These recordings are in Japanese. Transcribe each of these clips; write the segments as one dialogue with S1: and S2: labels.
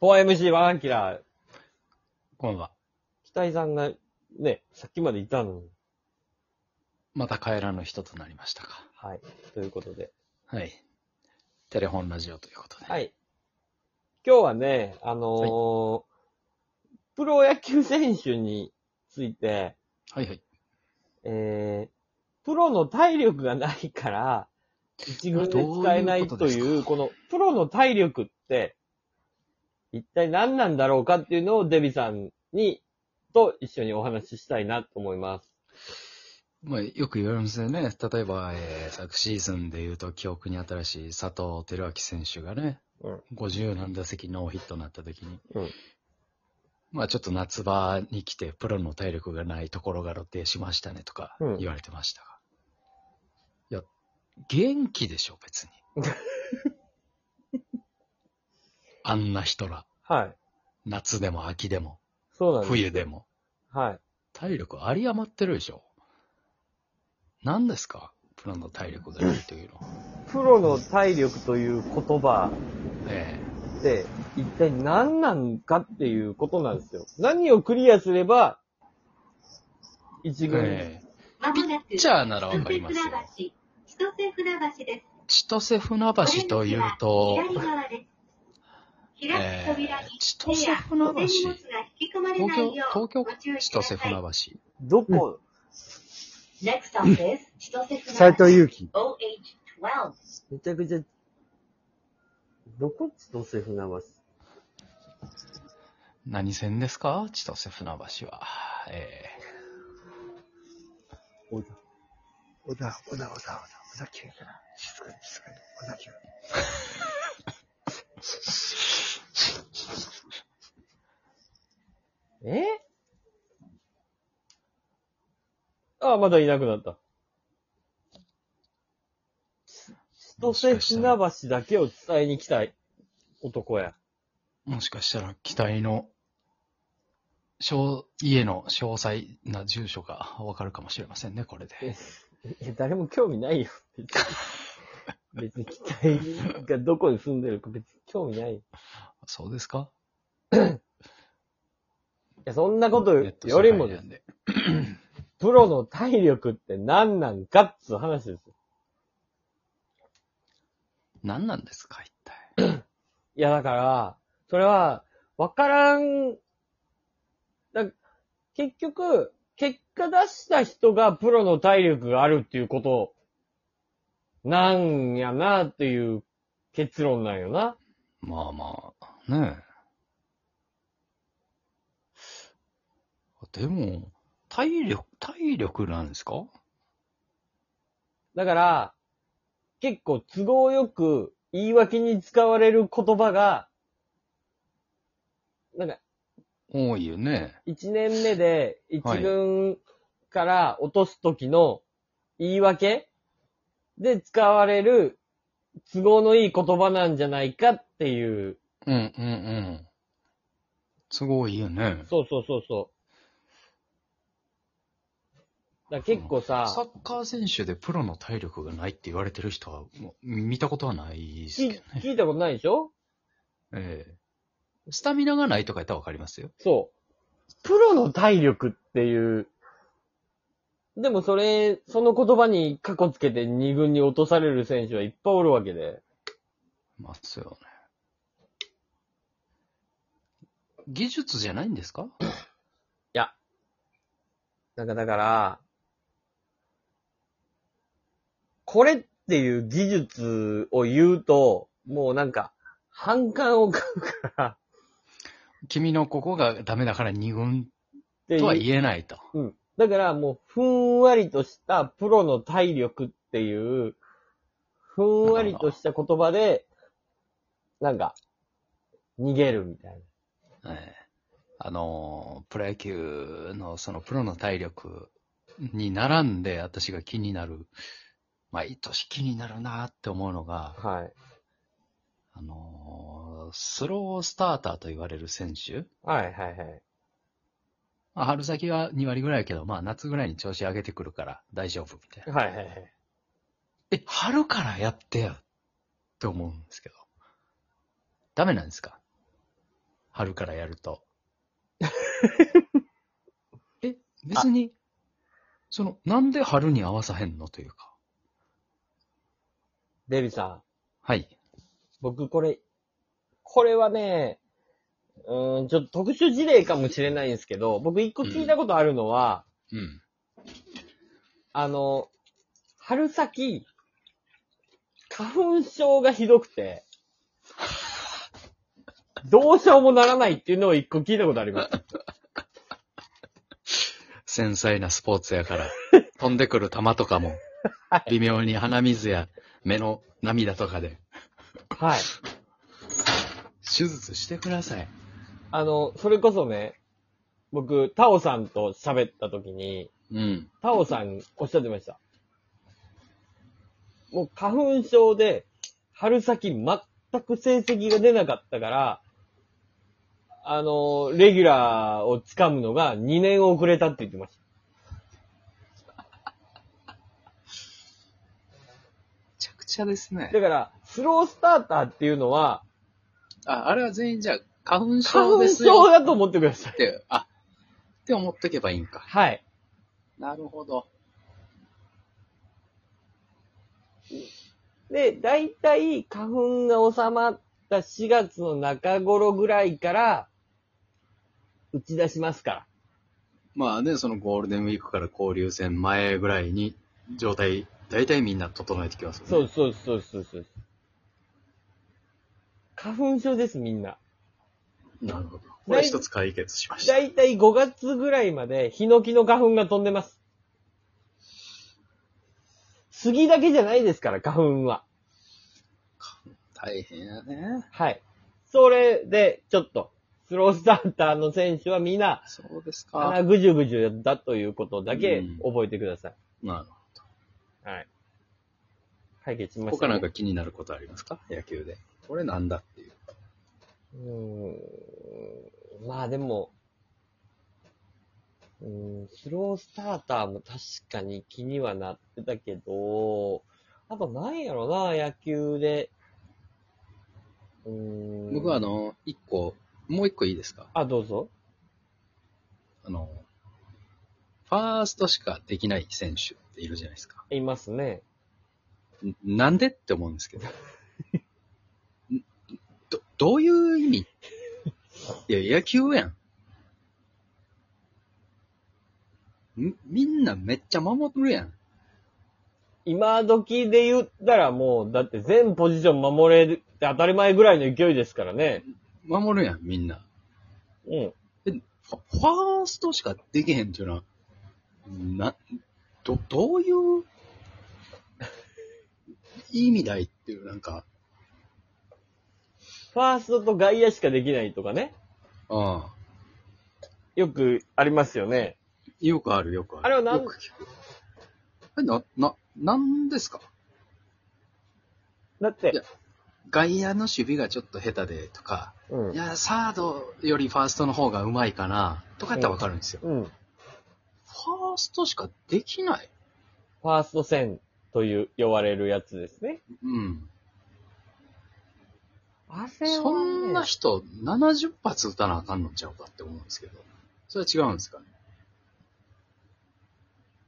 S1: 4MC ワンキラー、
S2: こんばんは。
S1: 北井さんがね、さっきまでいたのに。
S2: また帰らぬ人となりましたか。
S1: はい。ということで。
S2: はい。テレフォンラジオということで。。
S1: はいい。今日はね、あのープロ野球選手について、
S2: はいはい。
S1: えー、プロの体力がないから、一軍で使えないと
S2: どう
S1: い、
S2: いううこと
S1: こ
S2: ですか
S1: の、プロの体力って、一体何なんだろうかっていうのをデビさんに、と一緒にお話ししたいなと思います。
S2: まあ、よく言われますよね。例えば、えー昨シーズンで言うと記憶に新しい佐藤輝明選手がね、
S1: うん
S2: 50何打席ノーヒットになった時に、
S1: うん
S2: まあちょっと夏場に来てプロの体力がないところが露呈しましたねとか
S1: うん
S2: 言われてましたが。いや、元気でしょ、 別に。あんな人ら、
S1: はい。
S2: 夏でも秋でも、
S1: そうなんです。
S2: 冬でも。
S1: はい。
S2: 体力有り余ってるでしょ。何ですかプロの体力がないというのは。
S1: プロの体力という言葉
S2: え
S1: って一体何なんかっていうことなんですよ。何をクリアすれば、一
S2: え
S1: 軍、
S2: え
S3: まもな
S2: えピ
S3: く、
S2: ッ
S3: 千
S2: チャーならわか
S3: 歳
S2: り
S3: 船
S2: ま
S3: 橋
S2: すよ。、
S3: 千歳船橋です。
S2: 千歳船橋というと、
S3: 左側です。開く扉に、
S2: えー千
S3: 手
S2: 歳
S3: や
S2: 船橋
S3: お手荷物が引き込まれないよう、
S2: 東京
S3: ご注意
S2: 千
S3: くださ
S2: 歳
S3: い。
S2: 船橋。
S1: どこ、
S3: ネクソンです。千歳
S4: 斎
S3: 船橋。
S4: 藤祐樹。
S3: OH12。
S1: めちゃくちゃ、どこ千歳船橋
S2: 何線ですか千歳船橋は。え
S1: 小田
S4: 小田、小田、小田、小田、小田急から。静かに、静かに、小田急。
S1: えああ、まだいなくなった。千
S2: もし
S1: 歳
S2: かした
S1: 船
S2: ら
S1: 橋だけを伝えに来たい男や。
S2: ーもしかしたら機体の、小家の詳細な住所がわかるかもしれませんね、これで。
S1: いや、誰も興味ないよ。別に機体がどこに住んでるか別に興味ないよ。い
S2: そうですか
S1: や、そんなこと
S2: ネット
S1: よりも
S2: 社会
S1: で
S2: な
S1: す
S2: ん、で
S1: プロの体力って何なんかっつう話ですよ。
S2: 何なんですか、一体。
S1: いや、だから、それは、わからん、だ結局、結果出した人がプロの体力があるっていうこと、なんやなっていう結論なんよな。
S2: まあまあ、ねえ。でも、体力、体力なんですか
S1: だから、結構都合よく言い訳に使われる言葉が、なんか、
S2: 多いよね。
S1: 一年目で一
S2: はい
S1: 軍から落とす時の言い訳で使われる都合のいい言葉なんじゃないかっていう。
S2: うんうんうん。すごいよね。
S1: そうそうそうそう。だから結構さ、
S2: サッカー選手でプロの体力がないって言われてる人は、もう見たことはないですけど
S1: 聞
S2: ね。
S1: 聞いたことないでしょ
S2: ええスタミナがないとかやったらわかりますよ。
S1: そう。プロの体力っていう。でもそれ、その言葉に過去つけて二軍に落とされる選手はいっぱいおるわけで。
S2: ますよね。技術じゃないんですか
S1: なんかだから、これっていう技術を言うと、もうなんか、反感を買うから、
S2: 君のここがダメだから二軍
S1: って
S2: とは
S1: いう。
S2: 言えないと。
S1: うん。だからもう、ふんわりとしたプロの体力っていう、ふんわりとした言葉で、なんか、逃げるみたいな。
S2: ええあのープロ野球のそのプロの体力に並んで私が気になる、毎年気になるなって思うのが、
S1: はい。
S2: あのースロースターターと言われる選手。
S1: はいはいはい。
S2: まあ春先は2割ぐらいやけど、まあ夏ぐらいに調子上げてくるから大丈夫みたいな。
S1: はいはいはい。
S2: え、春からやってよって思うんですけど。ダメなんですか春からやると。 え、別に、その、なんで春に合わさへんのというか。
S1: デビさん、
S2: はい。
S1: 僕これ、これはね、うーん、ちょっと特殊事例かもしれないんですけど、僕一個聞いたことあるのは、
S2: うん。
S1: あの、春先、花粉症がひどくて、どうしようもならないっていうのを一個聞いたことあります。
S2: 繊細なスポーツや から、飛んでくる球とかも、微妙に鼻水や目の涙とかで、
S1: はい。
S2: 手術してください。
S1: あの、それこそね、僕、タオさんと喋った時に、
S2: うん。
S1: タオさんおっしゃってました。もう花粉症で、春先全く成績が出なかったから、あの、レギュラーをつかむのが2年遅れたって言ってました。
S2: めちゃくちゃですね
S1: だから、スロースターターっていうのは、
S2: あ、あれは全員じゃあ、花粉
S1: 花
S2: 症
S1: 粉
S2: です
S1: 症
S2: よ
S1: だと思ってください
S2: っ。て、あ、って思っとけばいいんか。
S1: はい。
S2: なるほど。
S1: で、大体花粉が収まった4月の中頃ぐらいから、打ち出しますから。
S2: まあね、そのゴールデンウィークから交流戦前ぐらいに、状態、大体みんな整えてきますよね。
S1: そうそうそうそうそう。花粉症です、みんな。
S2: なるほど。これ一つ解決しました。
S1: 大体5月ぐらいまで、ヒノキの花粉が飛んでます。杉だけじゃないですから、花粉は。
S2: 大変やね。
S1: はい。それで、ちょっと、スロースターターの選手はみんな、
S2: そうです
S1: 鼻
S2: か。
S1: ぐじゅぐじゅだということだけ
S2: うん
S1: 覚えてください。
S2: なるほ
S1: はい。解決しま
S2: ど。
S1: した。
S2: 他なんか気になることありますか野球で。これなんだっていう。
S1: うーん。まあでも、うーん、スロースターターも確かに気にはなってたけど、あとなんやろな、野球で。うーん。
S2: 僕はあ、の、一個、もう一個いいですか
S1: あ、どうぞ。
S2: あの、ファーストしかできない選手っているじゃないですか。
S1: いますね。
S2: んなんでって思うんですけど。んど、どういう意味いや、野球やん。んみんなめっちゃ守るやん。
S1: 今時で言ったらもう、だって全ポジション守れるって当たり前ぐらいの勢いですからね。
S2: 守るやん、みんな。
S1: うん。
S2: ファファーストしかできへんっていうのは、な、ど、どういう、意味だいっていう、なんか、
S1: ファーストと外野しかできないとかね。
S2: ああ、
S1: よくありますよね。
S2: よくある、よくある。
S1: あれはなん
S2: よく聞くあれな、な、なんですか
S1: だっ
S2: いや
S1: て、
S2: 外野の守備がちょっと下手でとか、
S1: うん
S2: い。や、サードよりファーストの方がうまいかな、とかやったらわかるんですよ。
S1: うん。フ
S2: ファーストしかできない
S1: ァースト戦という、呼ばれるやつですね。
S2: うん。
S1: あれ
S2: そんな人、70発打たなあかんのちゃうかって思うんですけど、それは違うんですかね。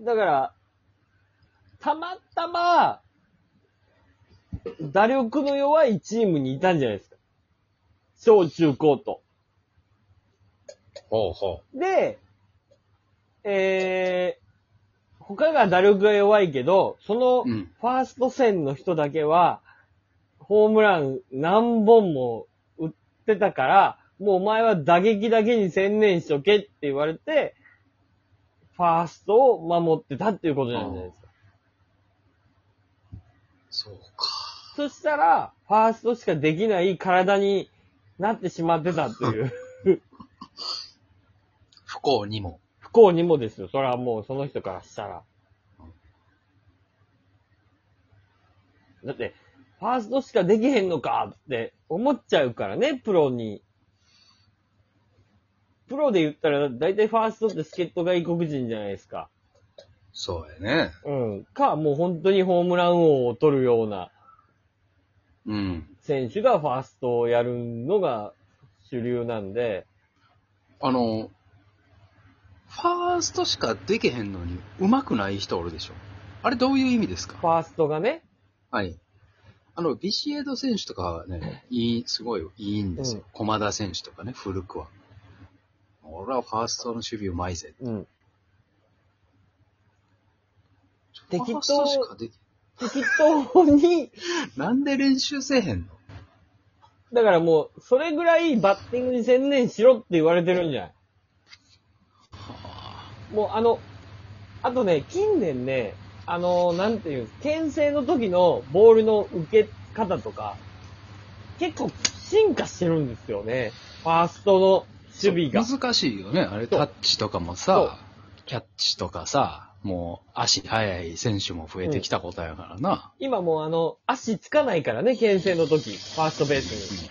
S1: だから、たまたま、打力の弱いチームにいたんじゃないですか。小中高と。
S2: ほうほ
S1: で、えー、他が打力が弱いけど、その、
S2: うん。
S1: ファースト戦の人だけは、ホームラン何本も打ってたから、もうお前は打撃だけに専念しとけって言われて、ファーストを守ってたっていうことなんじゃないですか。
S2: そうか。
S1: そしたら、ファーストしかできない体になってしまってたっていう、
S2: 不幸にも。
S1: 不幸にもですよ。それはもうその人からしたら。だって、ファーストしかできへんのかって思っちゃうからね、プロに。プロで言ったら、だいたいファーストって助っ人外国人じゃないですか。
S2: そうやね。
S1: うん。か、もう本当にホームラン王を取るような
S2: うん。
S1: 選手がファーストをやるのが主流なんで、
S2: あの、ファーストしかできへんのに、上手くない人おるでしょ。あれどういう意味です
S1: フ
S2: か
S1: ァーストがね、
S2: はい。あの、ビシエド選手とかはね、いい、すごいいいんですよ。駒田選手とかね、古くは。俺はファーストの守備うまいぜ。
S1: うん。
S2: フ
S1: 適
S2: ァ
S1: 当
S2: ーストしかでき
S1: 適当に、
S2: なんで練習せえへんの
S1: だからもう、それぐらいバッティングに専念しろって言われてるんじゃないもうあの、あとね、近年ね、あの、なんていうんです、牽制の時のボールの受け方とか、結構進化してるんですよね。ファーストの守備が。
S2: 難しいよね。あれ、
S1: そう
S2: タッチとかも
S1: そう
S2: さ、キャッチとかさ、もう足速い選手も増えてきたことやからな。
S1: 今もうあの、足つかないからね、牽制の時、ファーストベースに。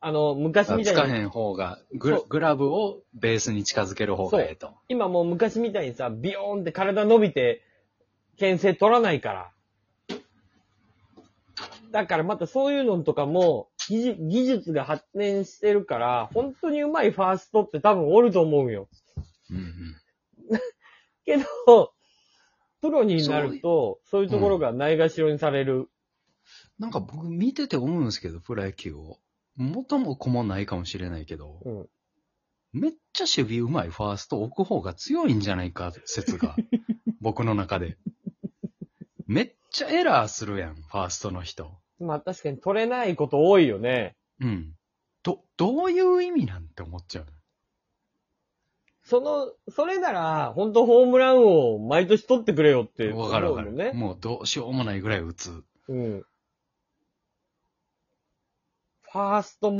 S1: あの、昔み
S2: つか
S1: たいに、
S2: へん方がグラ
S1: そう、
S2: グラブをベースに近づける方がええと。
S1: 今もう昔みたいにさ、ビヨーンって体伸びて、牽制取らないから。だからまたそういうのとかも、技術技術が発展してるから、本当にうまいファーストって多分おると思うよ。
S2: うんうん。
S1: けど、プロになると、そういうところがないがしろにされる。
S2: なんか僕見てて思うんですけど、プロ野球を。元も子もないかもしれないけど、
S1: うん。
S2: めっちゃ守備うまいファースト置く方が強いんじゃないか 説が、僕の中で。めっちゃエラーするやん、ファーストの人。
S1: まあ確かに取れないこと多いよね。
S2: うん。ど、どういう意味なんて思っちゃう。
S1: その、それなら、本当ホームラン王を毎年取ってくれよって思
S2: わかる
S1: う
S2: わかる。
S1: よね。
S2: もうどうしようもないぐらい打つ。
S1: うん。ファースト